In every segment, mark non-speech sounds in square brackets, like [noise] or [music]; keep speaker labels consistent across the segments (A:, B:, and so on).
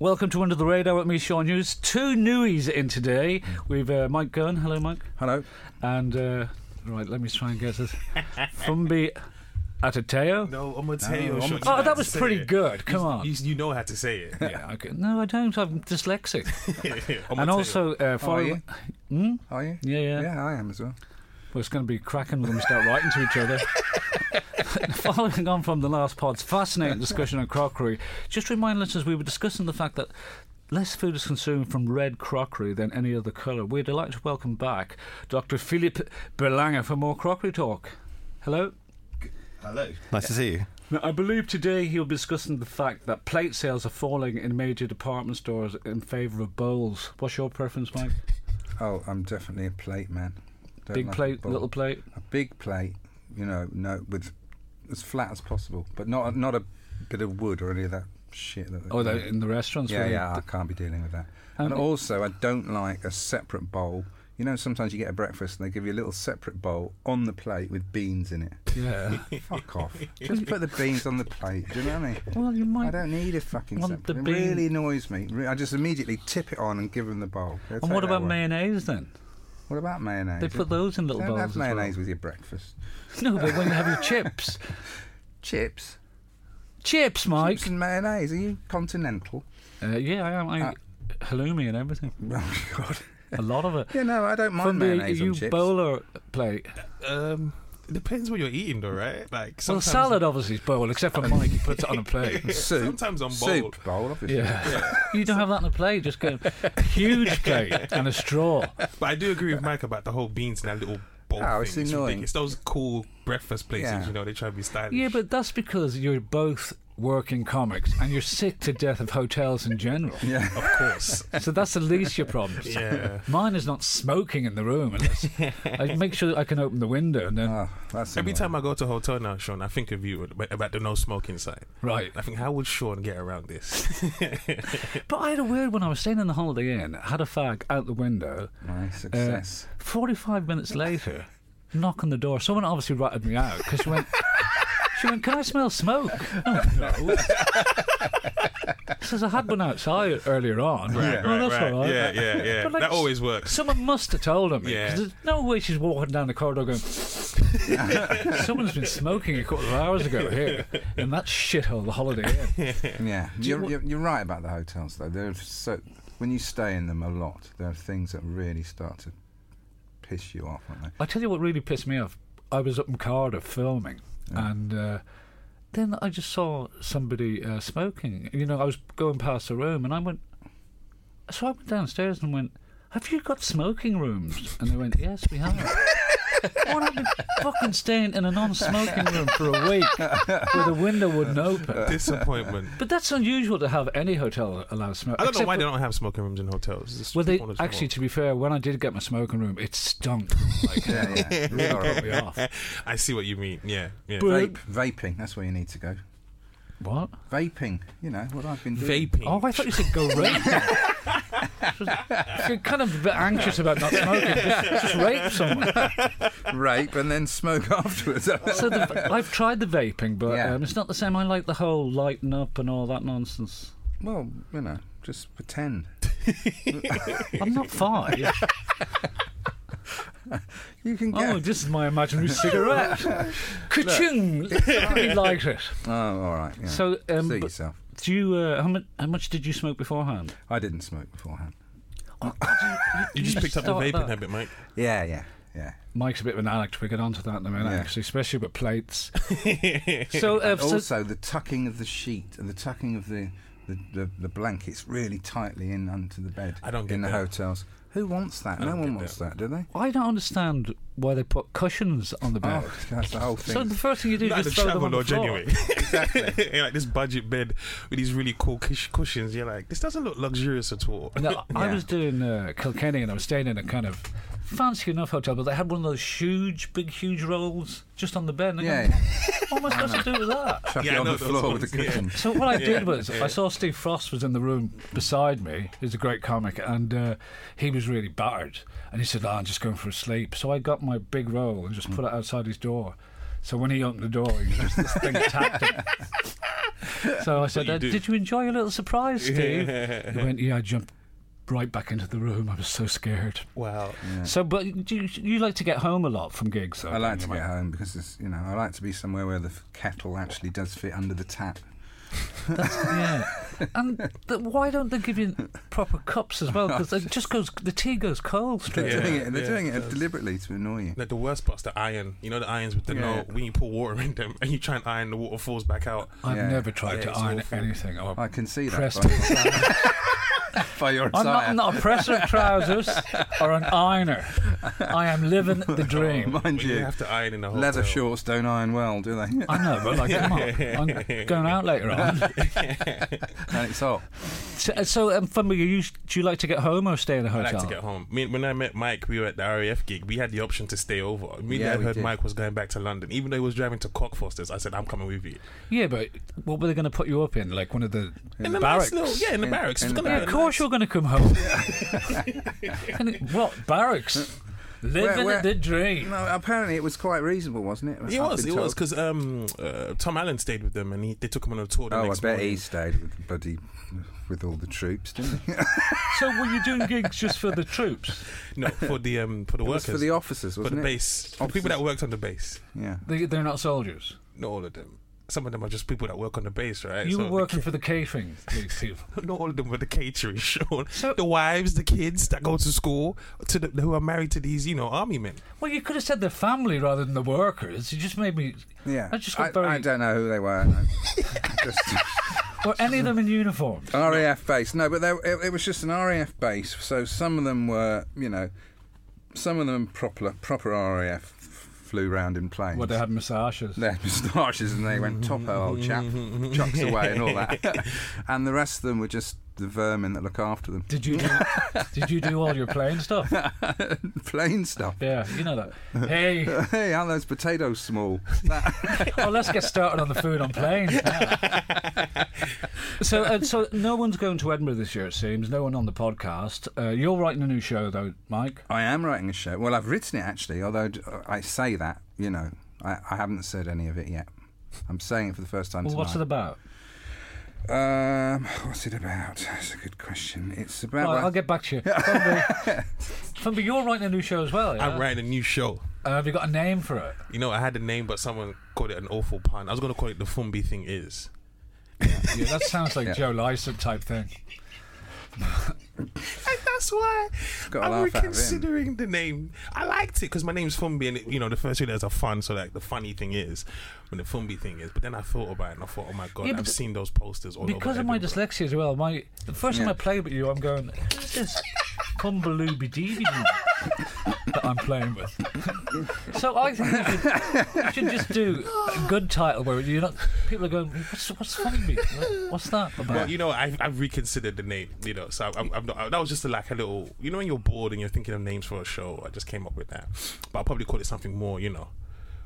A: Welcome to Under the Radar with me, Sean Hughes. Two newies in today. We've uh, Mike Gunn. Hello, Mike.
B: Hello.
A: And uh, right, let me try and
C: [laughs]
A: get this. Fumbi Atateo.
C: No, I'm gonna tell you.
B: I'm gonna-
C: Sean, you
A: Oh,
C: had
A: that
C: to
A: was
C: say
A: pretty
C: it.
A: good.
C: You-
A: Come on.
C: You, you know how to [laughs] say it.
A: Yeah, okay. No, I don't. I'm dyslexic.
C: I'm
A: and
C: gonna tell you.
A: also, uh,
B: How are
A: follow.
B: you?
A: Hmm?
B: Are you?
A: Yeah, yeah.
B: Yeah, I am as well.
A: Well, it's going to be cracking when we start writing to each other. [laughs] Following on from the last pod's fascinating discussion on crockery, just to remind listeners we were discussing the fact that less food is consumed from red crockery than any other colour. We're delighted to welcome back Dr. Philip Berlanger for more crockery talk. Hello.
D: Nice to see you.
A: Now, I believe today he'll be discussing the fact that plate sales are falling in major department stores in favour of bowls. What's your preference, Mike?
B: Oh, I'm definitely a plate man. Don't
A: Big
B: like a
A: plate,
B: bowl.
A: little plate?
B: A big plate, you know, no, with as flat as possible, but not not a bit of wood or any of that shit. That they
A: Oh,
B: do.
A: they're in the restaurants.
B: yeah,
A: really.
B: yeah, I can't be dealing with that.
A: Um,
B: and also, I don't like a separate bowl. You know, sometimes you get a breakfast and they give you a little separate bowl on the plate with beans in it.
A: Yeah. [laughs]
B: Fuck off! Just put the beans on the plate. Do you know what I mean?
A: Well, you might
B: I don't need a fucking
A: want
B: separate.
A: the
B: it
A: bean-
B: really annoys me. Re- I just immediately tip it on and give them the bowl. Yeah,
A: And
B: take
A: what
B: that
A: about
B: one.
A: mayonnaise then? [laughs]
B: What about mayonnaise?
A: They put those in little
B: Don't
A: bowls
B: have
A: as well.
B: mayonnaise with your breakfast.
A: No, but when you have your
B: [laughs]
A: chips,
B: Chips,
A: chips, Mike.
B: chips and mayonnaise. Are you continental? [laughs]
A: Uh, yeah, I am. I, halloumi and everything.
B: Oh God.
A: A lot of
B: [laughs]
A: it.
B: Yeah, no, I don't mind
A: From the
B: mayonnaise
A: you
B: on chips.
A: bowler plate.
C: um, it depends what you're eating, though, right? Like
A: Well,
C: sometimes
A: salad obviously is bowl, except for Mike, he puts it [laughs] on a plate.
B: soup.
C: Sometimes I'm
B: soup bowl, obviously.
A: Yeah. You don't have that on a plate. Just [laughs] go huge plate and a [laughs] straw.
C: But I do agree with Mike about the whole beans in that little bowl.
B: Oh,
C: thing.
B: it's annoying.
C: ridiculous. those cool breakfast places,
B: Yeah.
C: you know, they try to be stylish.
A: Yeah, but that's because you're both working comics and you're sick to death of hotels in general.
B: Yeah.
C: of course,
A: So that's the least of your problems.
C: [laughs] yeah.
A: Mine is not smoking in the room
C: [laughs]
A: unless I make sure that I can open the window and then
C: Ah.
B: Oh, that's
C: Every
B: annoying.
C: time I go to a hotel now, Sean, I think of you ab- about the no smoking sign.
A: Right.
C: I think how would Sean get around this?
A: But I had a word when I was staying in the Holiday Inn. Had a fag out the window.
B: My
A: Uh,
B: success.
A: Forty-five minutes later, knock on the door. Someone obviously ratted me out because she went. She went. Can I smell smoke? Oh, no.
C: [laughs]
A: Says I had one outside earlier on.
C: Right,
A: "Oh,
C: right,
A: that's
C: right.
A: all right.
C: Yeah, yeah, yeah.
A: But,
C: That always works.
A: Someone must have told her. me, 'cause
C: Yeah.
A: There's no way she's walking down the corridor going. [laughs] Someone's been smoking a couple of hours ago here in that shithole, the Holiday Inn.
B: Yeah, you're, you're, you're right about the hotels though. They're so when you stay in them a lot, there are things that really start to piss you off, aren't they?
A: I tell you what really pissed me off. I was up in Cardiff filming, and uh, then I just saw somebody uh, smoking. You know, I was going past the room, and I went. So I went downstairs and went, "Have you got smoking rooms?" And they went, "Yes, we
B: [laughs]
A: have." Why not been fucking staying in a non-smoking room for a week where the window wouldn't open?
C: Disappointment.
A: But that's unusual to have any hotel allow smoke.
C: I don't know
A: except
C: why
A: for-
C: they don't have smoking rooms in hotels. It's
A: Well, they
C: one of the-
A: actually, to be fair, when I did get my smoking room, it stunk. Like,
B: Yeah, yeah. It's horrible.
A: put me off.
C: I see what you mean. Yeah, yeah.
B: Vape, vaping. That's where you need to go.
A: What?
B: Vaping. You know what I've been doing.
C: Vaping.
A: Oh, I thought you said go rape. [laughs] You're kind of a bit anxious about not smoking. Just, just rape someone.
B: rape and then smoke [laughs] afterwards.
A: So the, I've tried the vaping, but
B: Yeah.
A: um, it's not the same. I like the whole lighten up and all that nonsense.
B: well, you know, just pretend.
A: I'm not [laughs] five.
B: You can get.
A: Oh, this is my imaginary [laughs] cigarette. Ka-chung! Really like it.
B: Oh, all right. Yeah.
A: So, um,
B: Suit
A: but-
B: yourself.
A: Do you? Uh, how, much, how much did you smoke beforehand?
B: I didn't smoke beforehand.
C: you just picked up the
A: start
C: vaping
A: that.
C: habit, Mike.
B: Yeah, yeah, yeah.
A: Mike's a bit of an addict. We get onto that in a minute,
B: Yeah.
A: actually, especially with [laughs] plates. so, uh, so-
B: also, the tucking of the sheet and the tucking of the the, the, the blankets really tightly in under the bed.
C: I don't get
B: in the
C: that.
B: hotels. Who wants that?
C: I
B: No
C: don't
B: one
C: get
B: wants
C: that.
B: that, do they?
A: I don't understand why they put cushions on the bed.
B: Oh, that's the whole thing.
A: so the first thing you do
C: Like
A: is
C: the
A: just throw them
C: travel
A: on the
C: lodge,
A: floor.
C: anyway. [laughs] You're like this budget bed with these really cool cush- cushions. You're like, this doesn't look luxurious at all. [laughs]
A: No, I
B: Yeah.
A: was doing uh, Kilkenny and I was staying in a kind of fancy enough hotel, but they had one of those huge, big, huge rolls just on the bed. And
B: yeah,
A: I'm, What am I supposed to do with that?
B: chuck
C: Yeah,
B: it
C: I
B: on
C: know
B: the
C: those
B: floor with a
C: ones, yeah.
B: cushion.
A: So what
C: [laughs]
A: I did
C: Yeah,
A: was
C: yeah.
A: I saw Steve Frost was in the room beside me. He's a great comic, and uh, he was really battered. And he said, oh, "I'm just going for a sleep." So I got my big roll and just put it outside his door. So when he opened the door, he just this
C: [laughs]
A: thing attacked him. So I said,
C: you
A: uh,
C: do.
A: "Did you enjoy your little surprise, Steve?"
C: [laughs]
A: He went, "Yeah." I jumped right back into the room. I was so scared.
C: Wow.
A: So, but do you, you like to get home a lot from gigs? Though,
B: I
A: don't
B: like to
A: you,
B: get
A: mate?
B: home because it's, you know I like to be somewhere where the f- kettle actually does fit under the tap.
A: Yeah, [laughs] and th- why don't they give you proper cups as
C: [laughs]
A: well? Because it just goes, the tea goes cold straight.
B: They're
C: Yeah,
A: away.
B: doing it. They're
C: yeah,
B: doing
C: it
B: it
C: does.
B: deliberately to annoy you.
C: Like the worst part's the iron. You know the irons with the
B: Yeah.
C: no. When you pour water in them and you try and iron, the water falls back out.
A: I've
B: Yeah.
A: never tried
C: Yeah,
A: to
C: it's
A: iron
C: awful.
A: anything. Or
B: I can see
A: press
B: that [laughs] by, by your
A: I'm
B: attire.
A: not, I'm not a presser of trousers or an ironer. I am living
C: [laughs] Oh,
A: the dream.
B: [laughs] Mind
C: When you
B: you,
C: have to iron in a whole
B: leather shorts don't iron well, do they? [laughs]
A: I know, but like, come on, I'm going out later
C: [laughs]
A: on.
B: and it's hot.
A: So, so um, Fumba, you used, do you like to get home or stay in a
C: I
A: hotel?
C: like to get home. Me, when I met Mike, we were at the RAF gig. We had the option to stay over. Immediately,
B: Yeah,
C: I
B: we
C: heard
B: did.
C: Mike was going back to London, even though he was driving to Cockfosters. I said, "I'm coming with you."
A: Yeah, but what were they going to put you up in? Like one of the
C: In the
A: barracks?
C: nice little, yeah, in the
B: In-
C: barracks.
B: in
C: It's
B: the
C: gonna
A: Yeah,
C: be
A: of
C: a
A: course you're going to come home. [laughs] Can it- what barracks? Living
B: where-
A: the dream.
B: No, apparently it was quite reasonable, wasn't it?
C: He
B: I've
C: was,
B: been
C: he
B: told.
C: was, because um, uh, Tom Allen stayed with them and he, they took him on a tour. The
B: Oh, I
C: next
B: bet
C: morning.
B: he stayed with Buddy with all the troops, didn't he? [laughs]
A: So were you doing gigs just for the troops?
C: no for the um for the
B: It was
C: workers
B: for the officers,
C: for
B: wasn't
C: the
B: it?
C: base for the people that worked on the base.
B: Yeah.
A: They, they're not soldiers.
C: Not all of them. Some of them are just people that work on the base, right?
A: You
C: So
A: were
C: the
A: working
C: ki-
A: for the catering, these people.
C: [laughs] Not all of them were the catering, [laughs] Sean.
A: So-
C: the wives, the kids that go to school, to the, who are married to these, you know, army men.
A: Well, you could have said the family rather than the workers. You just made me.
B: Yeah.
A: I just got
B: I,
A: very.
B: I don't know who they were. I
C: [laughs]
B: just
A: Were any of them in uniform?
B: RAF base. No, but they, it, it was just an RAF base. So some of them were, you know, some of them proper proper RAF f- flew round in planes.
A: Well, they had moustaches.
B: their [laughs] moustaches and they went topo old chap chucks away and all
C: [laughs]
B: that and the rest of them were just the vermin that look after them [laughs]
A: Did you do, did you do all your playing stuff?
B: plain stuff
A: Yeah, you know that. Hey,
B: [laughs] hey are those potatoes small
A: oh, let's get started on the food on planes. now. so, uh, so no one's going to Edinburgh this year. It seems no one on the podcast. Uh, you're writing a new show though, Mike.
B: I am writing a show well I've written it actually although d- uh, I say that you know I, I haven't said any of it yet I'm saying it for the first time
A: Well,
B: tonight
A: what's it about?
B: um, what's it about that's a good question it's about
A: Right,
B: well,
A: I'll get back to you. Fumby, Fumby, you're writing a new show as well. Yeah?
C: I'm writing a new show.
A: Uh, have you got a name for it?
C: You know, I had a name, but someone called it an awful pun. I was going to call it the Fumbi thing is.
A: Yeah, that sounds like Joe Lyson type thing.
C: And that's why
B: Gotta
C: I'm
B: laugh out of him.
C: reconsidering the name. I liked it because my name's Fumbi, and it, you know the first two letters are fun. So like the funny thing is, when the Fumbi thing is. But then I thought about it and I thought, oh my god,
A: Yeah, but
C: I've
A: the-
C: seen those posters all
A: Because
C: over
A: of my
C: Edinburgh.
A: dyslexia as well. My the first time
B: Yeah.
A: I played with you, I'm going. Who's this Pumbalooby Deeby [laughs] that I'm playing with? so I think you should, you should just do a good title where you're not. People are going. What's what's Fumby? What- What's that about?
C: But you know, I've, I've reconsidered the name. You know, so I'm, I'm not, that was just like a little. You know, when you're bored and you're thinking of names for a show, I just came up with that. But I'll probably call it something more. You know,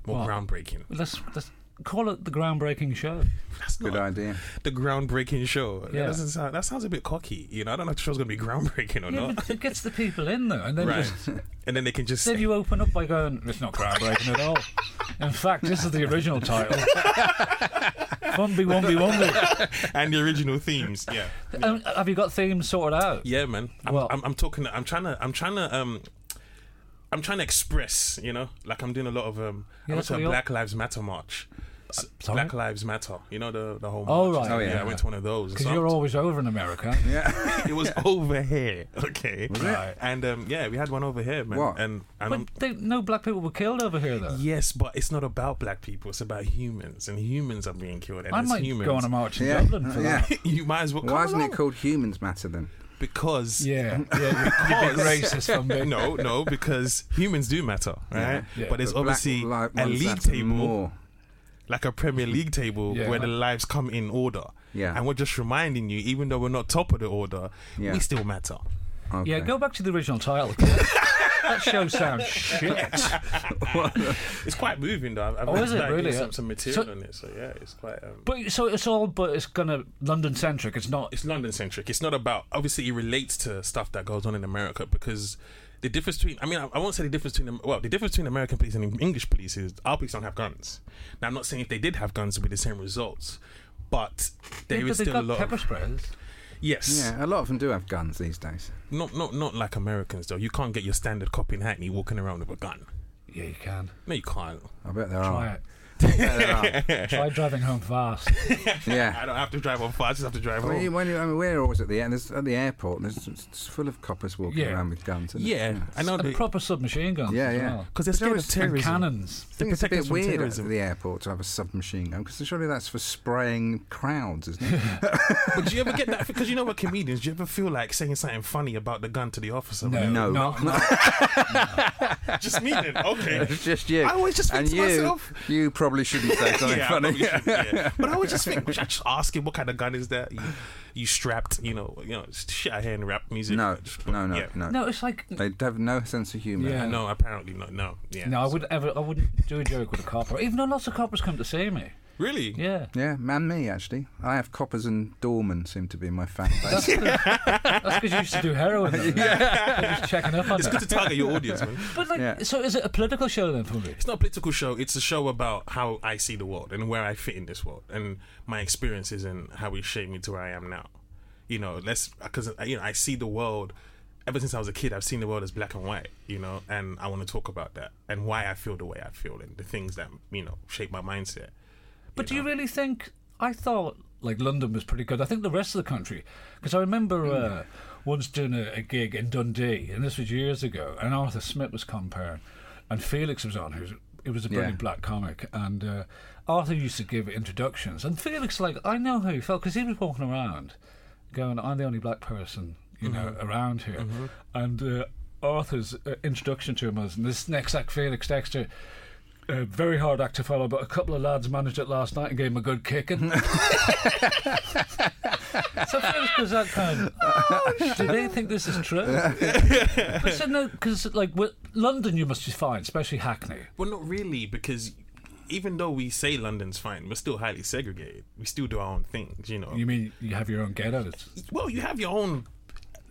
C: more groundbreaking.
A: let's let's call it the groundbreaking show.
C: That's
B: good
C: not
A: [laughs]
B: idea
C: the groundbreaking show.
A: Yeah.
C: That doesn't sound. That sounds a bit cocky. You know, I don't know if the show's gonna be groundbreaking or
A: Yeah,
C: not.
A: but it gets the people in though, and then
C: [laughs] Right.
A: just
C: and then they can just
A: then you open up by going, it's not groundbreaking at all. In fact, this is the original title. [laughs] Fumby Wumby Wumby.
C: and the original themes. Yeah.
A: Um, have you got themes sorted out?
C: Yeah, man. I'm,
A: Well-
C: I'm, I'm talking. I'm trying to. I'm trying to. Um, I'm trying to express. You know, like I'm doing a lot of. Um,
A: Yeah,
C: I went
A: that's
C: to a
A: what we all- Uh,
C: Black Lives Matter march. S-
A: sorry?
C: Black Lives Matter. You know the the whole.
A: Oh,
C: march.
A: right. Oh,
B: yeah,
C: I
B: yeah.
C: went to one of those.
A: Because
C: So
A: you're
C: I'm-
A: always over in America.
C: [laughs] it
A: [laughs]
C: was over here. Okay.
A: Right.
C: And um, yeah, we had one over here, man.
B: What?
C: And
A: But
C: and. I'm-
A: they, no black people were killed over here, though.
C: Yes, but it's not about black people. It's about humans, and humans are being killed. And
A: I
C: as
A: might
C: humans,
A: go on a march in
B: Yeah.
A: Dublin for
C: [laughs]
B: Yeah.
A: that.
C: you might as well.
B: why
C: come
B: isn't
C: along.
B: it called Humans Matter then
C: because
A: Yeah, yeah you're being racist
C: [laughs]
A: from me.
C: no, no, because humans do matter, right?
A: Yeah.
C: But there's
B: But black
C: obviously
B: li-
C: a
B: ones
C: league
B: matter
C: table,
B: more.
C: like a Premier League table,
A: Yeah.
C: where the lives come in order.
B: Yeah.
C: And we're just reminding you, even though we're not top of the order,
B: Yeah.
C: we still matter.
B: Okay.
A: Yeah, go back to the original title. that show sounds shit.
C: It's quite moving, though. I've, I've
A: Oh, is it
C: like,
A: really?
C: Some, some material
A: So-
C: on it, so yeah, it's quite. Um,
A: But so it's all, but it's gonna London centric. It's not.
C: it's London centric. It's not about obviously it relates to stuff that goes on in America because the difference between I mean I, I won't say the difference between well the difference between American police and English police is our police don't have guns. Now I'm not saying if they did have guns it would be the same results, but there is
A: Yeah, but they've
C: still a
A: got
C: lot.
A: pepper
C: of,
A: sprays.
C: yes,
B: [laughs] Yeah, a lot of them do have guns these days.
C: not not not like Americans though. You can't get your standard cop in Hackney walking around with a gun.
A: Yeah, you can.
C: No, you can't.
B: I bet there
A: Try
B: are.
A: it.
B: Yeah, there are.
A: [laughs] Try driving home fast.
C: I
A: [laughs]
B: Yeah.
C: don't have to drive on far. I just have to drive
B: When you,
C: home.
B: when you, I mean, we're always at the end. There's, at the airport, and there's it's it's full of coppers walking
A: Yeah.
B: around with guns. Isn't It?
C: Yeah, I know.
A: and proper submachine guns.
B: Yeah,
A: as
B: yeah.
A: well.
C: Because they're
B: But there
C: scared of
B: was- and
C: terrorism.
A: And cannons.
B: I think it's a
C: protect
B: bit
C: us from
B: weird at
C: terrorism.
B: the airport to have a submachine gun because surely that's for spraying crowds, isn't
C: [laughs]
B: it? [laughs]
C: But do you ever get that? Because you know what comedians, do you ever feel like saying something funny about the gun to the officer? Like,
B: No.
A: Not, not,
C: Just me then.
B: [laughs]
C: Okay.
B: it's just you.
C: I always just think
B: and
C: to
B: you,
C: myself-
B: you probably shouldn't
C: [laughs]
B: say something
C: Yeah, I
B: funny.
C: probably should, yeah. But I would just think, should I just ask him what kind of gun is that? You, you strapped, you know, you know, shit I hear in rap
B: [laughs]
C: music.
B: no,
C: Just-
B: no, no,
C: yeah.
B: no,
A: no, it's like
B: They have no sense of humour.
A: Yeah.
C: No, apparently not. No, yeah.
A: no. I wouldn't ever. I wouldn't do a joke with a copper. Even though lots of coppers come to see me.
C: Really?
A: Yeah.
B: Yeah, man, me actually. I have coppers and doormen seem to be my
C: [laughs]
B: fan base.
A: That's because you used to do heroin. Though, yeah. Just checking up on
C: It's
A: it.
C: good to target your audience,
A: [laughs]
C: man.
A: But like,
B: Yeah.
A: so is it a political show then for me?
C: It's not a political show. It's a show about how I see the world and where I fit in this world and my experiences and how it shaped me to where I am now. You know, let's because you know I see the world. Ever since I was a kid, I've seen the world as black and white. You know, and I want to talk about that and why I feel the way I feel and the things that you know shape my mindset.
A: But do you really think? I thought like London was pretty good. I think the rest of the country, because I remember uh, once doing a, a gig in Dundee, and this was years ago, and Arthur Smith was comparing, and Felix was on, who's it was a brilliant black comic, and uh, Arthur used to give introductions, and Felix like I know how he felt because he was walking around, going, I'm the only black person you know around here, and uh, Arthur's uh, introduction to him was this next act, Felix Dexter. A very hard act to follow, but a couple of lads managed it last night and gave him a good kicking. so Felix goes out kind of, oh, do they think this is true? but so no, because like with London, you must be fine, especially Hackney.
C: Well, not really, because even though we say London's fine, we're still highly segregated. We still do our own things. You know,
A: You mean you have your own ghettos?
C: well, you have your own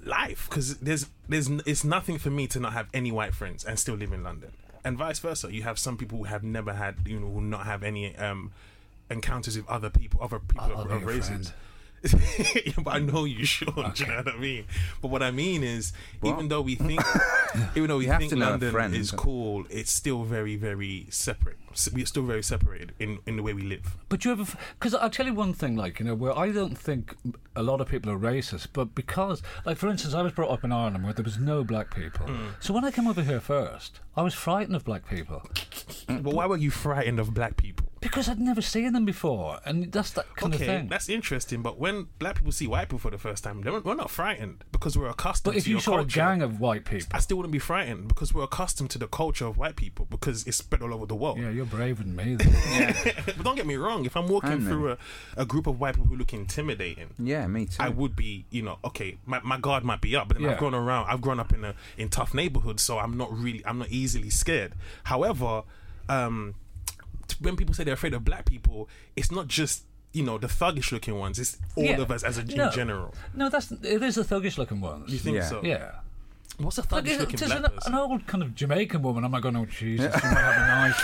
C: life because there's there's n- it's nothing for me to not have any white friends and still live in London, and vice versa. You have some people who have never had you know will not have any um encounters with other people, other people
A: I'll
C: of,
A: be
C: of
A: your
C: races.
A: friend.
C: [laughs] Yeah, but I know you should. Do you know what I mean? But what I mean is, even though
B: [laughs]
C: we think, even though we
B: You have
C: think
B: to know a
C: London
B: friend.
C: is cool, it's still very, very separate. S- We're still very separated in in the way we live.
A: But you ever? Because I'll tell you one thing, like you know, where I don't think a lot of people are racist, but because, like for instance, I was brought up in Ireland where there was no black people. So when I came over here first, I was frightened of black people
B: Mm.
C: But why were you frightened of black people?
A: because I'd never seen them before, and that's that kind
C: okay,
A: of thing.
C: that's interesting. But when black people see white people for the first time, they're- we're not frightened because we're accustomed.
A: But if
C: to
A: you
C: your
A: saw
C: culture.
A: a gang of white people,
C: I still wouldn't be frightened because we're accustomed to the culture of white people because it's spread all over the world.
A: yeah, you're braver than me. Then.
C: [laughs] but don't get me wrong, if I'm walking
B: I'm
C: through a, a group of white people who look intimidating,
B: yeah, me too.
C: I would be, you know, okay, my, my guard might be up, but then
A: Yeah.
C: I've grown around, I've grown up in a in tough neighborhoods, so I'm not really, I'm not easily scared. However, um, t- when people say they're afraid of black people, it's not just you know the thuggish looking ones; it's all
A: Yeah.
C: of us as a
A: No.
C: in general.
A: No, that's it is the thuggish looking ones.
C: You think
B: Yeah.
C: so?
A: yeah.
C: What's a
A: Like,
C: thuggish
A: it-
C: looking
A: it is
C: black
A: an,
C: person?
A: an old kind of Jamaican woman. I'm not going, oh, Jesus, she might
C: [laughs]
A: have a knife.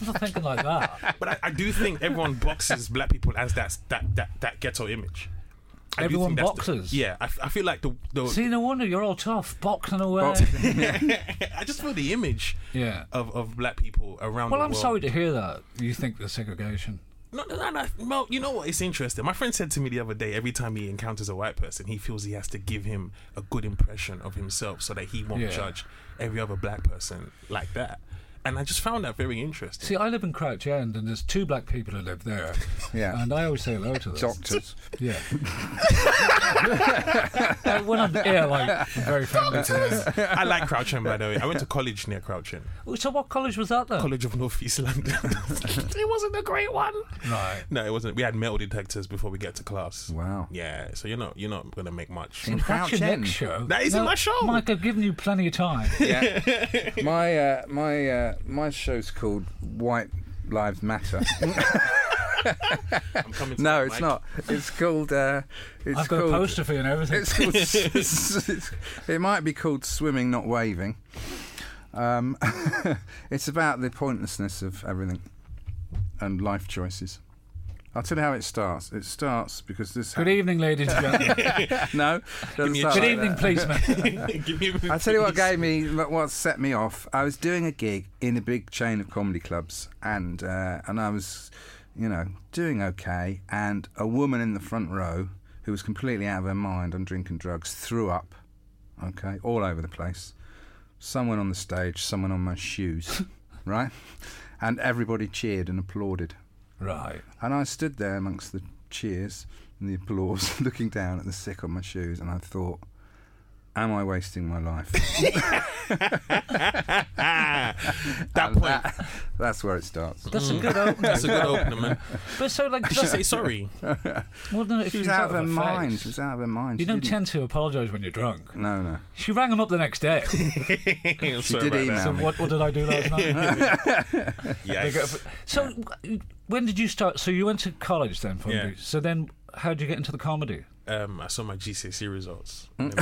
A: I'm not thinking like that.
C: But I, I do think
A: [laughs]
C: everyone boxes black people as that that that, that ghetto image. I do
A: Everyone
C: think that's the-
A: boxes?
C: yeah, I, f- I feel like the the
A: See, no wonder you're all tough, boxing away.
C: [laughs] I just feel the image
A: Yeah.
C: of, of black people around.
A: Well,
C: the
A: I'm
C: world.
A: sorry to hear that. You think there's segregation.
C: No, no, no, no. Well, you know what? It's interesting. My friend said to me the other day, every time he encounters a white person, he feels he has to give him a good impression of himself so that he won't
A: Yeah.
C: judge every other black person like that. and I just found that
B: [laughs]
C: very interesting.
A: See, I live in Crouch End, and there's two black people who live there.
B: Yeah.
A: And I always say hello to them.
C: [laughs]
B: Doctors. [laughs]
A: [laughs] Yeah. Uh, when I'm here, like, I'm very friendly to them.
C: I like Crouch End, by the way. I went to college near Crouch End,
A: Oh, So, what college was that then?
C: College of North East London. [laughs] it wasn't a great one.
A: Right.
C: No, it wasn't. We had metal detectors before we get to class.
B: Wow.
C: Yeah, so you're not you're not gonna make much.
B: In
A: That's
B: Crouch
A: your
B: End.
A: next show.
C: That isn't my show.
A: Mike, I've given you plenty of
B: [laughs]
A: time.
B: my uh, my uh, my show's called White Lives Matter. [laughs]
C: I'm coming to
B: no,
C: you,
B: it's
C: Mike.
B: not. It's called. Uh, it's
A: I've got
B: called,
A: a poster for you and everything.
B: It's called. it's- it might be called swimming, not waving. Um, [laughs] it's about the pointlessness of everything and life choices. I'll tell you how it starts. It starts because this.
A: Good evening, ladies and gentlemen.
B: [laughs] no. doesn't
C: me a
B: start
C: chance.
A: Good
B: like
A: evening,
B: that. [laughs]
A: policeman.
C: [laughs] Give me a
B: I tell you
C: [laughs]
B: what gave me what set me off. I was doing a gig in a big chain of comedy clubs, and uh, and I was, you know, doing okay. And a woman in the front row who was completely out of her mind on drinking drugs threw up, okay, all over the place. Someone on the stage, someone on my shoes, [laughs] right, and everybody cheered and applauded.
A: right.
B: And I stood there amongst the cheers and the applause, [laughs] looking down at the sick on my shoes, and I thought, am I wasting my
A: [laughs]
C: [laughs]
B: life?
C: that point.
B: That's where it starts.
A: That's a good opener.
C: That's a good opener, man.
A: But so, like,
C: She
A: that's-
C: say sorry.
A: well, no, if
B: She
A: you
B: was out of her mind. She was out of her mind.
A: You
B: She
A: don't
B: didn't-
A: tend to apologise when you're drunk.
B: No, no.
A: She rang him up the next
B: [laughs]
A: day.
B: She did email
A: so
B: me.
A: what, what did I do
B: [laughs]
A: last night? Big up.
C: Yes.
A: so w- when did you start? So you went to college then, from
C: Yeah.
A: you. So then, how did you get into the comedy?
C: Um, I saw my GCSE results.
B: Mm.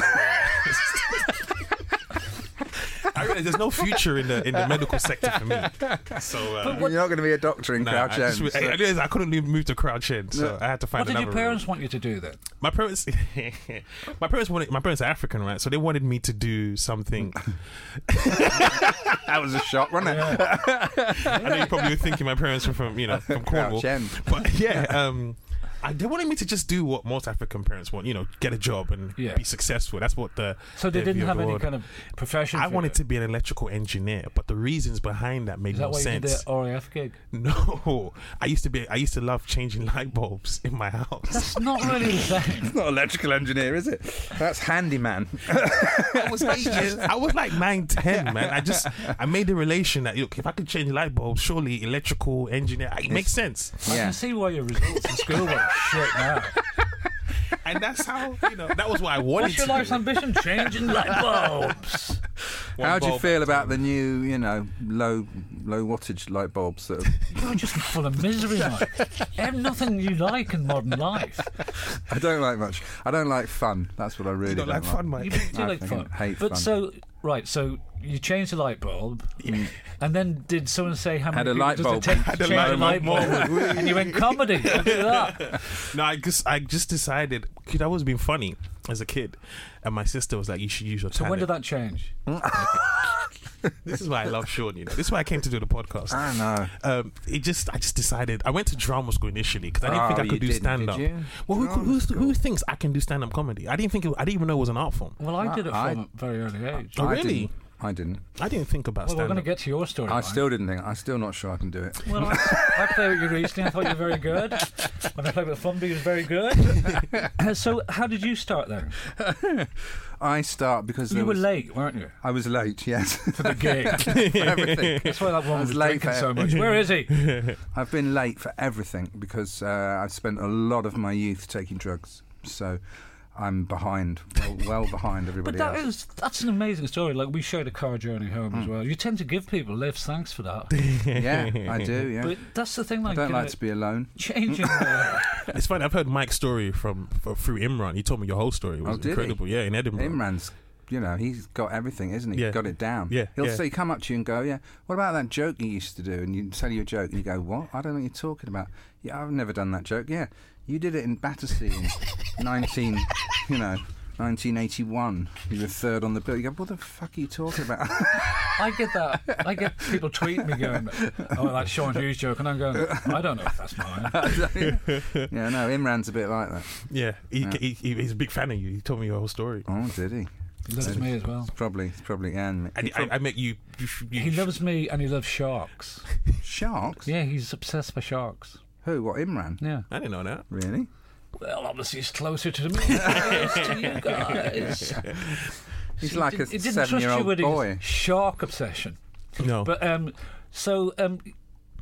C: I realized there's no future in the in the medical sector for me. So uh,
B: You're not going to be a doctor in
C: nah,
B: Crouch
C: I, just,
B: End.
C: I,
B: so-
C: I realized I couldn't even move to Crouch End, so I had to find
A: What did
C: another.
A: your parents
C: route.
A: want you to do then?
C: My parents, [laughs] my parents wanted. My parents are African, right? So they wanted me to
B: [laughs]
C: do something.
B: [laughs] that was a shock, wasn't it?
C: I know you probably were thinking my parents were from you know from Cornwall,
B: Crouch End.
C: but yeah, um, I, they wanted me to just do what most African parents want, you know, get a job and
A: Yeah.
C: be successful. That's what the
A: So they
C: the
A: didn't
C: view
A: have
C: the
A: any
C: world-
A: kind of profession.
C: I
A: for
C: wanted
A: you?
C: to be an electrical engineer, but the reasons behind that made
A: Is that
C: no
A: why you did
C: sense.
A: the RAF gig?
C: [laughs] No, I used to be. I used to love changing light bulbs in my house.
A: It's not really the same.
B: It's not electrical engineer, is it? That's handyman.
C: I was eight years. [laughs] I was like nine, ten, man. I just I made the relation that look, if I could change light bulbs, surely electrical engineer it makes sense.
A: I
B: Yeah.
A: can see why your results in school were shit
C: [laughs]
A: now.
C: And that's how you know that was what I wanted.
A: What's your
C: to
A: life's
C: do.
A: ambition? Changing light
C: [laughs]
A: bulbs.
C: One
B: How do you
C: bulb
B: feel
C: at a
B: about
C: time.
B: the new, you know, low low wattage light bulbs that are
A: You're just full of misery, Mike. Have nothing you like in modern life.
B: I don't like much. I don't like fun. That's what I really
C: You don't like fun,
A: You
C: Mike.
A: do
B: I
A: like
B: fucking
A: fun.
B: hate
A: but
B: fun.
A: so right, so you changed the light bulb, and then did someone say how many
B: [laughs] Had a
A: people
B: light
A: does it
B: bulb.
A: take to
C: Had a
A: change
C: light
A: a light bulb?
B: [laughs]
C: bulb.
A: and you went comedy. Look at that.
C: [laughs] No, I just I just decided. Kid, I was being funny as a kid, and my sister was like, "You should use your
A: So
C: talent."
A: when did that change?
C: This is why I love Sean. You know, this is why I came to do the podcast.
B: I know.
C: Um, it just, I just decided. I went to drama school initially because I didn't
B: Oh,
C: think I
B: you
C: could do
B: didn't,
C: stand up.
B: did you?
C: Well, who,
B: Drama
C: who, who,
B: school.
C: thinks I can do stand up comedy? I didn't think. It, I didn't even know it was an art form.
A: Well, I did it from
B: I-
A: a very early age.
C: Oh,
B: I
C: really?
B: Didn't, I didn't.
C: I didn't think about
A: well, we're
C: stand
A: going to
C: up.
A: get to your story.
B: I
A: Mike.
B: still didn't think. I'm still not sure I can do it.
A: Well, I, I played with you recently. I thought you were very good. When I played with Fumby, you was very good.
B: [laughs]
A: Uh, so, how did you start then?
B: I start because
A: You
B: there
A: were
B: was-
A: late, weren't
B: [laughs]
A: you,
B: I was late. Yes, [laughs]
A: [laughs] for the gig?
B: for everything.
A: That's why that one
B: was
A: was
B: late
A: drinking
B: for-
A: so much. Where is
B: [laughs]
A: he?
B: I've been late for everything because uh, I've spent a lot of my youth taking drugs. So I'm behind, well, well behind
A: But
B: everybody
A: that
B: else.
A: is that's an amazing story. Like we showed a car journey home
B: Hmm.
A: as well. You tend to give people lifts, thanks for that.
B: yeah, I do. Yeah, [laughs]
A: but that's the thing.
B: I
A: Like,
B: don't
A: you
B: like
A: know,
B: to be [laughs] alone.
A: changing. the-
C: It's funny. I've heard Mike's story from, from through Imran. He told me your whole story. It was
B: Oh, did he?
C: incredible. Yeah, in Edinburgh.
B: Imran's, you know, he's got everything, isn't he?
C: Yeah.
B: Got it down.
C: Yeah,
B: He'll
C: yeah.
B: say, come up to you and go, yeah. What about that joke you used to do? And you tell you a joke, and you go, what? I don't know what you're talking about. Yeah, I've never done that joke. Yeah, you did it in Battersea
C: [laughs]
B: in 19, you know. 1981, you were third on the bill. You go, what the fuck are you talking about? [laughs]
A: I get that. I get people tweet me going, "Oh, that's Sean Hughes joke," and I'm going, "I don't know if that's mine."
B: [laughs] yeah, no, Imran's a bit like that.
C: Yeah, he, He, he, he's a big fan of you. He told me your whole story.
B: Oh, did he?
A: He loves me as well.
B: It's probably, it's probably Anne. He
C: And I,
B: prob-
C: I met you. you, you
A: He loves me and he loves sharks.
B: sharks.
A: Yeah, he's obsessed by sharks.
B: Who? What? Imran?
A: Yeah.
C: I didn't know that.
B: Really?
A: Well, obviously he's closer to me than he is to you guys.
B: [laughs] He's like a
A: It didn't trust you
B: seven-year-old
A: with
B: boy.
A: his shark obsession.
C: No,
A: But
B: Oh.
A: um, so um,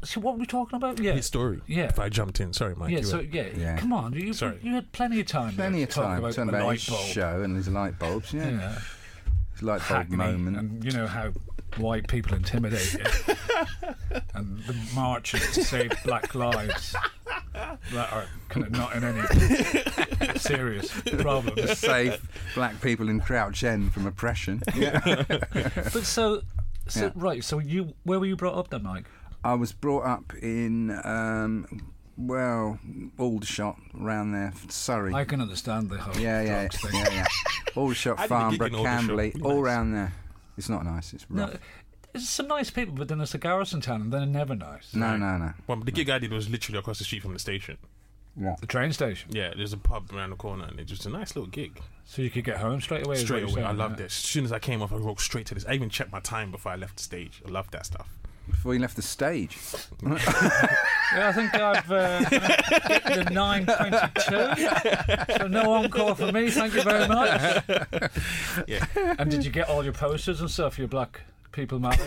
A: so what were we talking about? Yeah,
C: his story.
A: Yeah.
C: if I jumped in, sorry, Mike.
A: Yeah,
C: you
A: so
C: were-
A: yeah,
B: Yeah.
A: come on, you
C: Sorry.
A: you had plenty of time. there
B: Plenty
A: to
B: of
A: talk
B: time.
A: About
B: Talking
A: the
B: about
A: light
B: his
A: bulb.
B: show and his light bulbs. Yeah.
A: Yeah.
B: His light bulb
A: Hackney,
B: moment.
A: and you know how white people intimidate you, and the marches to save black lives that are kind of not in any
B: [laughs]
A: serious problems.
B: [laughs] Save black people in Crouch End from oppression.
A: But so, so
B: Yeah.
A: right, so you where were you brought up then, Mike?
B: I was brought up in, um, well, Aldershot, around there, Surrey.
A: I can understand the whole
B: yeah, yeah,
A: drugs
B: yeah,
A: thing.
B: [laughs] yeah. Aldershot,
C: I did a gig
B: Farnborough,
C: in Aldershot.
B: Camberley,
C: Nice.
B: all round there. It's not nice. It's
A: No,
B: rough.
A: there's some nice people, but then it's a garrison town, and they're never nice.
C: Mm.
B: No, no, no.
C: Well, the gig I did was literally across the street from the station.
A: The train station,
C: Yeah, there's a pub around the corner, and it was a nice little gig.
A: so you could get home straight away. is what
C: Straight
A: you're
C: away, I
A: saying,
C: loved
A: yeah.
C: it. As soon as I came off, I walked straight to this. I even checked my time before I left the stage. I love that stuff. [laughs]
B: Before you left the stage.
A: Yeah, I think I've uh, hit the nine twenty-two. So no encore for me. Thank you very much.
C: Yeah,
A: And did you get all your posters and stuff? Your black people matter.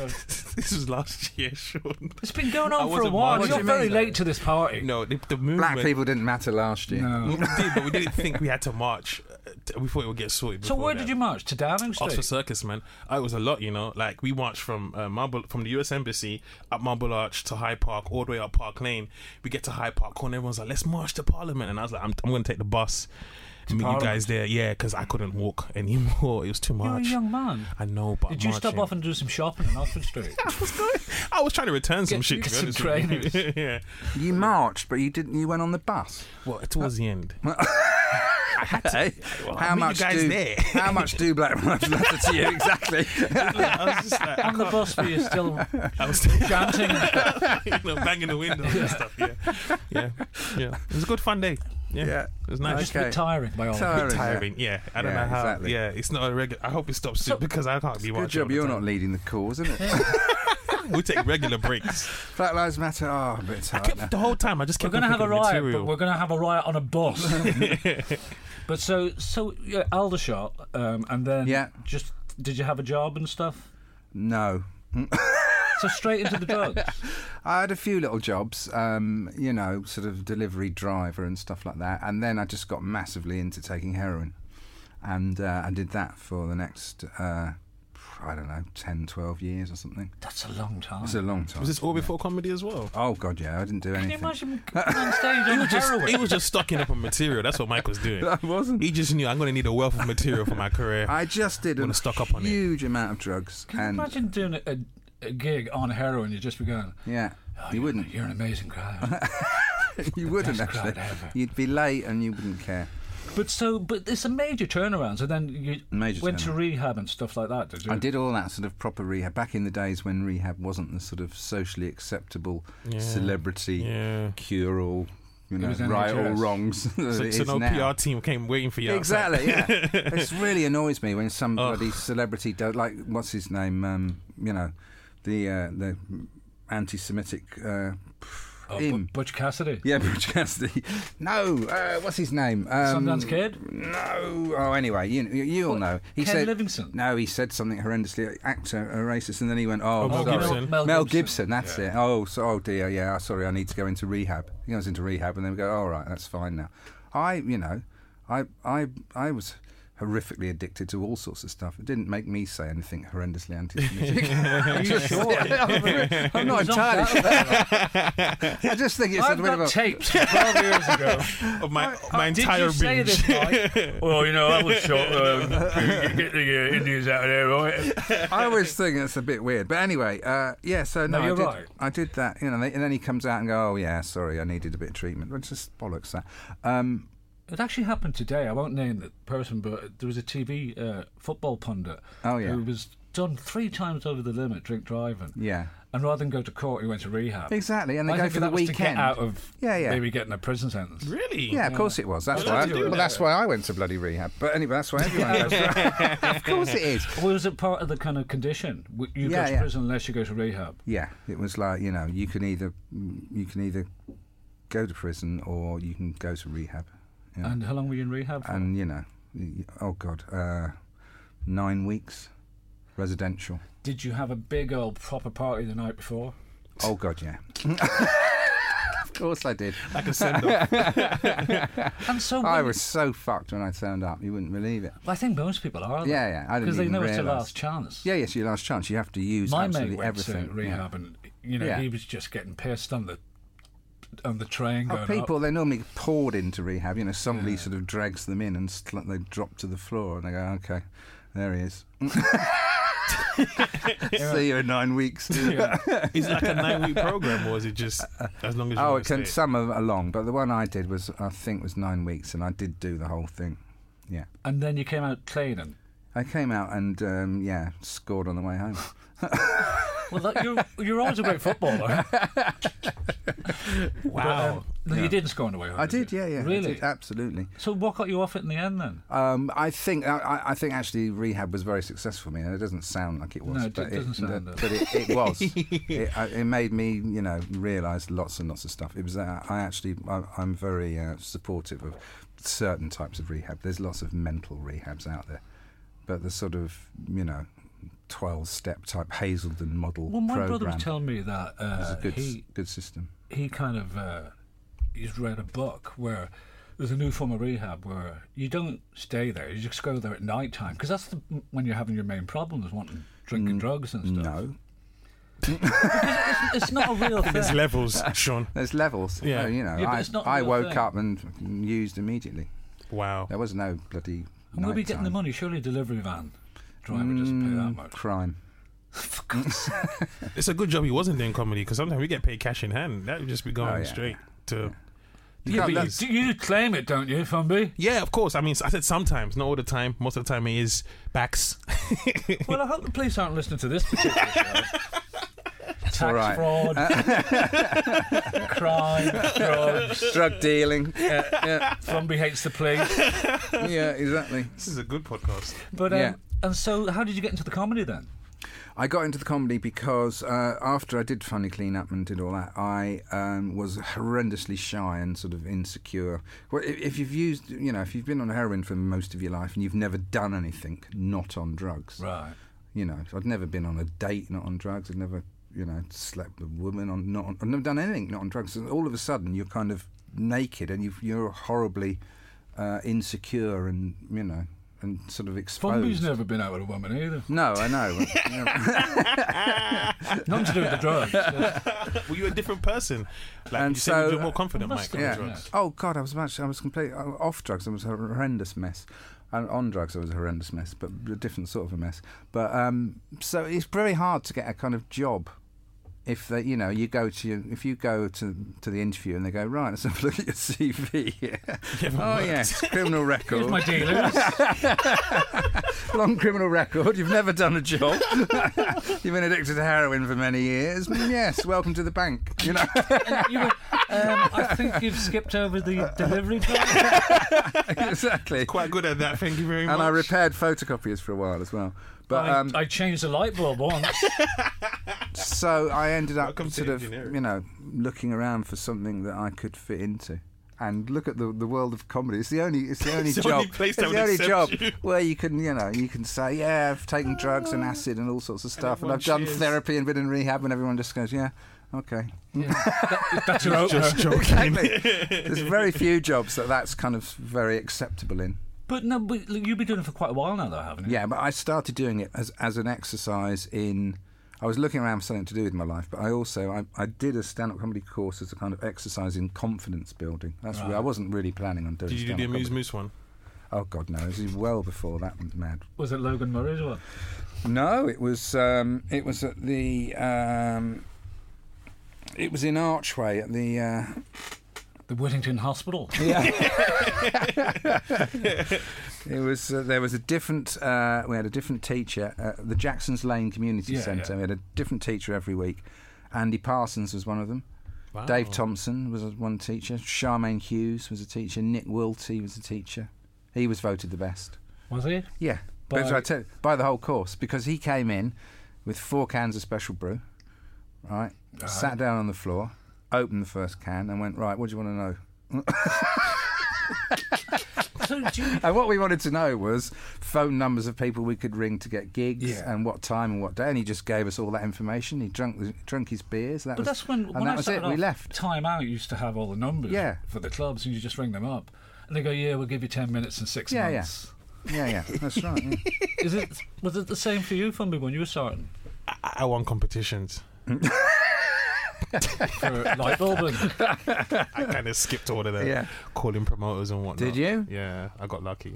C: this was last [laughs] year, Sean.
A: It's been going on
C: I
A: for a
C: wasn't
A: while.
C: marching.
A: You're
C: What do you
A: very
C: mean?
A: late to this party.
C: No, the, the movement.
B: Black people didn't matter last year.
C: Well, we did, but we didn't think we had to march. uh, t- We thought it would get sorted.
A: So
C: before
A: where
C: that.
A: did you march to Downing Street?
C: Oxford Circus, man. Uh, It was a lot, you know. Like we marched from uh, Marble, from the U.S. Embassy up Marble Arch to High Park, all the way up Park Lane. We get to High Park Corner, everyone's like, "Let's march to Parliament," and I was like, "I'm, I'm going to take the bus." To meet you
A: Parliament?
C: guys there, yeah, because I couldn't walk anymore. [laughs] It was too
A: You're a
C: much.
A: young man.
C: I know, but
A: Did you stop
C: marching-
A: off and do some shopping in Oxford Street?
C: [laughs] I was going. I was trying to return some
A: Get-
C: shit. to
A: get
C: be honest
A: some
C: with you. [laughs] yeah.
B: You marched, but you didn't. You went on the bus.
C: Well, towards
A: [laughs]
C: the end. well, I
B: how
C: mean, you
B: much
C: guys
B: do
C: there.
B: how much do black lives matter to
C: [laughs]
B: you exactly?
C: I was just like, I
A: On [laughs] the bus were you
C: [laughs]
A: still
C: was
A: chanting?
C: [laughs] you know, banging
A: [laughs]
C: the windows and stuff. Yeah, yeah, yeah. It was a good fun day. Yeah,
B: Yeah.
C: it was nice.
A: Just a bit tiring by all.
B: Tiring, yeah.
C: Tiring, yeah. I don't
B: Yeah,
C: know how.
B: exactly.
C: Yeah, it's not a regular. I hope it stops soon because I can't be watching.
B: Good job,
C: all
B: you're
C: the
B: not
C: time.
B: leading the cause, isn't it?
C: [laughs] We take regular breaks.
B: [laughs] black lives matter. Oh, a bit
C: I
B: tired.
C: kept the whole time. I just
A: We're
C: kept.
A: going to
C: on
A: have a
C: thinking
A: riot,
C: material.
A: but we're going to have a riot on a bus.
C: [laughs]
A: [laughs] but so, so yeah, Aldershot, um, and then
B: Yeah.
A: just did you have a job and stuff?
B: No,
A: So straight into the drugs. [laughs]
B: I had a few little jobs, um, you know, sort of delivery driver and stuff like that, and then I just got massively into taking heroin, and uh, I did that for the next. Uh, I don't know, 10, 12 years or something.
A: That's a long time.
B: It's a long time.
C: Was this all before comedy as well?
B: Oh, God, yeah, I didn't do
A: Can
B: anything.
A: you imagine going on stage on heroin?
C: [laughs] He was just stocking up on material. That's what Mike
B: [laughs]
C: was doing.
B: I wasn't.
C: He just knew I'm going to need a wealth of material for my career.
B: I just did
C: Wanna
B: a
C: stock up on it.
B: huge amount of drugs.
A: Can you
B: and
A: imagine doing a, a, a gig on heroin? You'd just be going,
B: Yeah,
A: oh,
B: you
A: you're-
B: wouldn't.
A: You're an amazing crowd.
B: [laughs] you wouldn't
A: Best
B: actually.
A: crowd ever.
B: You'd be late and you wouldn't care.
A: but so, but it's a major turnaround. So then you
B: Major
A: went to
B: turnaround.
A: rehab and stuff like that, did you?
B: I did all that sort of proper rehab back in the days when rehab wasn't the sort of socially acceptable
C: Yeah.
B: celebrity
C: Yeah.
B: cure all, you know,
A: was
B: right all
A: NHS.
B: wrongs. that
C: so
B: it
C: so
B: is
C: no
B: now.
C: PR team came waiting for you. outside.
B: Exactly.
A: [laughs]
B: Yeah, it really annoys me when somebody celebrity does like what's his name? Um, you know, the uh, the anti-Semitic. Uh,
A: Oh, Bu-
B: him.
A: Butch Cassidy.
B: Yeah, Butch Cassidy. [laughs] No, uh, what's his name? Um,
A: Sundance Kid?
B: No. Oh, anyway, you you- you'll know. He
A: Ken
B: said
A: Livingstone?
B: No, he said something horrendously actor, a racist, and then he went, "Oh,
C: Mel
B: sorry.
C: Gibson.
A: Mel
B: Mel
A: Gibson.
B: Gibson. That's it. Oh, so, oh dear. Yeah, sorry. I need to go into rehab. He goes into rehab, and then we go, "All right, that's fine now." I, you know, I I I was. Horrifically addicted to all sorts of stuff. It didn't make me say anything
A: [laughs]
B: horrendously anti-Semitic. [laughs]
A: Are you sure?
B: I'm, [laughs] I'm not
A: He's on
B: entirely
A: that
B: sure. I just think it's a
A: I've
B: bit of
A: got
B: a
A: tapes from 12 years ago.
C: [laughs] Of my, my
A: Uh, Did
C: entire
A: you say
C: binge.
A: this, Mike? well, you know, I was shot. Um, [laughs] get the uh, Indians out of there, right?
B: I always think it's a bit weird, but anyway, uh, yeah. So no,
A: No, you're
B: I did,
A: right.
B: I did that, you know, and then he comes out and go, "Oh yeah, sorry, I needed a bit of treatment." Well, it's just bollocks that. Um,
A: It actually happened today. I won't name the person, but there was a TV uh, football pundit
B: Oh, yeah.
A: who was done three times over the limit drink driving.
B: Yeah.
A: And rather than go to court, he went to rehab.
B: Exactly, and they
A: I
B: go
A: think
B: for
A: that
B: the
A: was To get
B: weekend.
A: out of
B: Yeah, yeah.
A: maybe getting a prison sentence.
C: [laughs] Really?
B: Yeah, of course it was. That's
C: Well,
B: why.
C: that's you,
B: well, that's why I went to bloody rehab. But anyway, that's why everyone goes. of course it is.
A: Or was it part of the kind of condition? W- You
B: Yeah,
A: go to
B: yeah.
A: prison unless you go to rehab.
B: Yeah, it was like you know you can either you can either go to prison or you can go to rehab. you know.
A: And how long were you in rehab for?
B: and you know, y- oh god, uh, nine weeks residential.
A: Did you have a big old proper party the night before?
B: Oh god, yeah. [laughs] of course I did.
C: Like
B: [laughs]
C: a send off.
A: And so
B: I
A: when-
B: was so fucked when I turned up. You wouldn't believe it.
A: I think most people are.
B: Yeah, yeah. I didn't
A: Because they
B: even
A: know it's their
B: realise.
A: last chance.
B: Yeah, yes, your last chance. You have to use
A: My
B: absolutely
A: mate went
B: everything.
A: to
B: Yeah.
A: rehab, and you know
B: Yeah.
A: he was just getting pissed on the on the train.
B: Oh,
A: Going
B: people, [laughs]
A: Up.
B: they're normally poured into rehab. You know, somebody sort of drags them in and sl- they drop to the floor and they go, okay, there he
A: [laughs]
B: is. [laughs] See you in nine
A: [laughs]
B: weeks.
C: Is it like a nine week program or is it just as long as you
B: Oh,
C: want
B: it
C: to
B: can,
C: stay?
B: some are long, but the one I did was, I think, was nine weeks and I did do the whole thing. Yeah.
A: And then you came out clean, and
B: I came out and, um, yeah, scored on the way home.
A: well, that, you're you're always a great
B: [laughs]
A: footballer. um,
C: Wow.
A: No, You didn't score on the way home.
B: I did, yeah, yeah. I
A: Really?
B: did, absolutely.
A: So what got you off it in the end then?
B: Um, I think I- I, I think actually rehab was very successful for me. And it doesn't sound like it was,
A: No, it
B: but
A: doesn't sound
B: but
A: it.
B: but it,
A: [laughs]
B: it was. it, I- it made me, you know, realise lots and lots of stuff. It was. Uh, I actually, I, I'm very uh, supportive of certain types of rehab. There's lots of mental rehabs out there, but the sort of, you know, twelve-step type Hazelden model
A: Well, my
B: program
A: brother was telling me that
B: is
A: uh,
B: a good s-
A: he
B: good system.
A: he kind of uh, he's read a book where there's a new form of rehab where you don't stay there, you just go there at night time because that's the, when you're having your main problems, wanting drinking drugs and stuff.
B: Mm, No,
A: it's not a
B: [laughs]
A: real thing.
C: There's levels, Sean.
B: there's levels.
C: Yeah.
B: So, you know,
A: Yeah, but
B: I,
A: it's not
B: I
A: your
B: woke
A: thing.
B: up and used immediately.
C: Wow.
B: There was no bloody.
A: And we'll be getting the
B: nighttime. Mm,
A: money. Surely a delivery van driver doesn't pay that much.
B: Crime.
C: It's a good job he wasn't doing comedy because sometimes we get paid cash in hand. That would just be going
B: Oh, yeah.
C: straight to.
A: Yeah,
B: can't
A: but
C: lose.
A: you, you claim it, don't you, Fumby?
C: Yeah, of course. I mean, I said sometimes, not all the time. Most of the time, it is backs.
A: Well, I hope the police aren't listening to this particular
B: [laughs]
A: show. Tax
B: all right. [laughs]
A: fraud, crime, drugs. [laughs]
B: Drug dealing.
A: Fumby hates the police.
B: yeah, exactly.
C: [laughs] this is a good podcast. [laughs]
A: But um,
B: Yeah.
A: and so, how did you get into the comedy then?
B: I got into the comedy because uh, after I did Funny Clean Up and did all that, I um, was horrendously shy and sort of insecure. Well, i- if you've used, you know, if you've been on heroin for most of your life and you've never done anything not on drugs,
A: Right.
B: you know, I'd never been on a date not on drugs. I'd never, you know, slept with a woman on not. On, I've never done anything not on drugs. And all of a sudden, you're kind of naked and you've, you're horribly uh, insecure and you know and sort of
A: Fumby's
B: exposed.
A: never been out with a woman either.
B: no, I know. but, you know,
A: Nothing to do with the [laughs] drugs.
C: Were you a different person? Like
B: And
C: you said,
B: so-
C: you're more confident,
A: Must have
C: Mike. on
B: yeah.
A: been,
C: drugs.
B: Oh God, I was much. I was completely I- off drugs. I was a horrendous mess. And on drugs, I was a horrendous mess, but a different sort of a mess. But um, so it's very hard to get a kind of job. If they, you know, you go to your- if you go to to the interview and they go right, let's have a [laughs] look at your [laughs] CV. oh yes,
A: [laughs]
B: criminal
A: Here's my
B: record,
A: dealers.
B: long criminal record. You've never done a job. [laughs] You've been addicted to heroin for many years. Mm, Yes, welcome to the bank. You know, [laughs]
A: And [laughs] you were, um, I think you've skipped over the delivery driver.
B: exactly.
C: Quite good at that. Thank you very much.
B: And I
C: [laughs]
B: repaired photocopiers for a while as well. But
A: I,
B: um,
A: I changed the light bulb once.
B: So I ended up
C: Welcome to
B: sort of,
C: engineering.
B: you know, looking around for something that I could fit into. And look at the the world of comedy. It's the only it's
C: [laughs]
B: the only
C: It's the
B: job.
C: only place that
B: it's the
C: would
B: only
C: accept
B: job
C: you. Ah.
B: where you can you know you can say yeah I've taken drugs and acid and all sorts of stuff and,
C: everyone
B: I've done
C: cheers.
B: therapy and been in rehab and everyone just goes yeah okay.
A: [laughs]
C: [laughs]
A: That's your opener.
B: Exactly. There's
C: [laughs]
B: very few jobs that that's kind of very acceptable in.
A: But no, but you've been doing it for quite a while now, though, haven't you?
B: Yeah, but I started doing it as as an exercise in. I was looking around for something to do with my life, but I also I, I did a stand-up comedy course as a kind of exercise in confidence building. That's where I wasn't really planning on doing.
C: Did you do the
B: stand-up
C: Amuse
B: comedy.
C: Moose one?
B: Oh God, no! This is well before that was mad.
A: Was it Logan Murray's one?
B: No, it was um, it was at the um, it was in Archway at the uh,
A: the Whittington Hospital.
B: It was uh, there was a different. Uh, we had a different teacher at the Jackson's Lane Community
A: Yeah,
B: Centre.
A: yeah.
B: We had a different teacher every week. Andy Parsons was one of them. Dave Thompson was one teacher. Charmaine Hughes was a teacher. Nick Wilty was a teacher. He was voted the best.
A: Was he?
B: Yeah,
A: By-
B: by, I tell, by the whole course because he came in with four cans of special brew, right? Sat down on the floor, opened the first can, and went right. What do you want to know?
A: So do you,
B: And what we wanted to know was phone numbers of people we could ring to get gigs
A: Yeah.
B: and what time and what day. And he just gave us all that information. He drunk the, drunk his beers. That
A: but
B: was,
A: that's when
B: and
A: when
B: that
A: I
B: was it.
A: started
B: We
A: off,
B: left.
A: Time Out used to have all the numbers
B: Yeah.
A: for the clubs, and you just ring them up, and they go, "Yeah, we'll give you ten minutes and six
B: Yeah, yeah.
A: months."
B: Yeah, yeah, that's right. yeah.
A: [laughs] Is it was it the same for you, Fumby, when you were starting
C: I, I won competitions.
A: for
B: Uh, [laughs]
A: Light Bulb?
C: I kind of skipped all of that.
B: Yeah.
C: Calling promoters and whatnot.
B: Did you?
C: Yeah, I got lucky.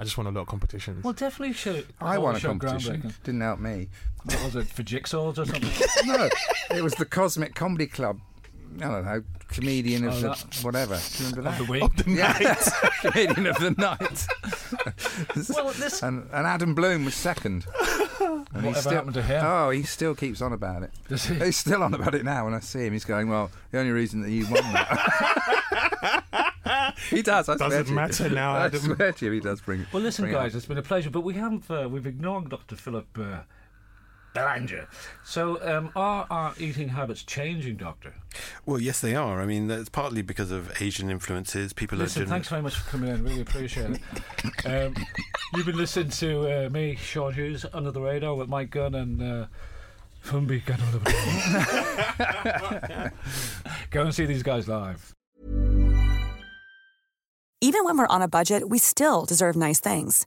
C: I just won a lot of competitions.
A: Well, definitely show.
B: Oh, I won a
A: show
B: competition.
A: groundbreaking.
B: Didn't help me.
A: What was it for jigsaws or something?
B: [laughs] No, it was the Cosmic Comedy Club. I don't know, comedian of
A: Oh,
B: the
A: that-
B: whatever. Do you remember that?
A: of the week.
B: yeah, [laughs] comedian of the night.
A: Well, this
B: And, and Adam Bloom was second. And
A: Whatever happened to him?
B: Oh, he still keeps on about it.
A: Does he?
B: [laughs] He's still on about it now. When I see him, he's going, "Well, the only reason that you won
C: [laughs]
B: that." [laughs] he does. I
C: Doesn't
B: swear to you.
C: matter now,
B: [laughs] I
C: Adam.
B: swear to you, he does bring.
A: Well, listen,
B: bring it
A: guys,
B: up.
A: it's been a pleasure, but we haven't. Uh, we've ignored Dr. Philip uh, Belanger. So, um, are our eating habits changing, Doctor?
D: Well, yes, they are. I mean, that's partly because of Asian influences. People
A: Listen,
D: are.
A: thanks very much for coming in. Really
D: [laughs]
A: appreciate it. Um, you've been listening to uh, me, Sean Hughes, Under the Radar with Mike Gunn and uh, Fumbi Gunn
D: [laughs]
A: Under the Radar. Go and see these guys live.
E: Even when we're on a budget, we still deserve nice things.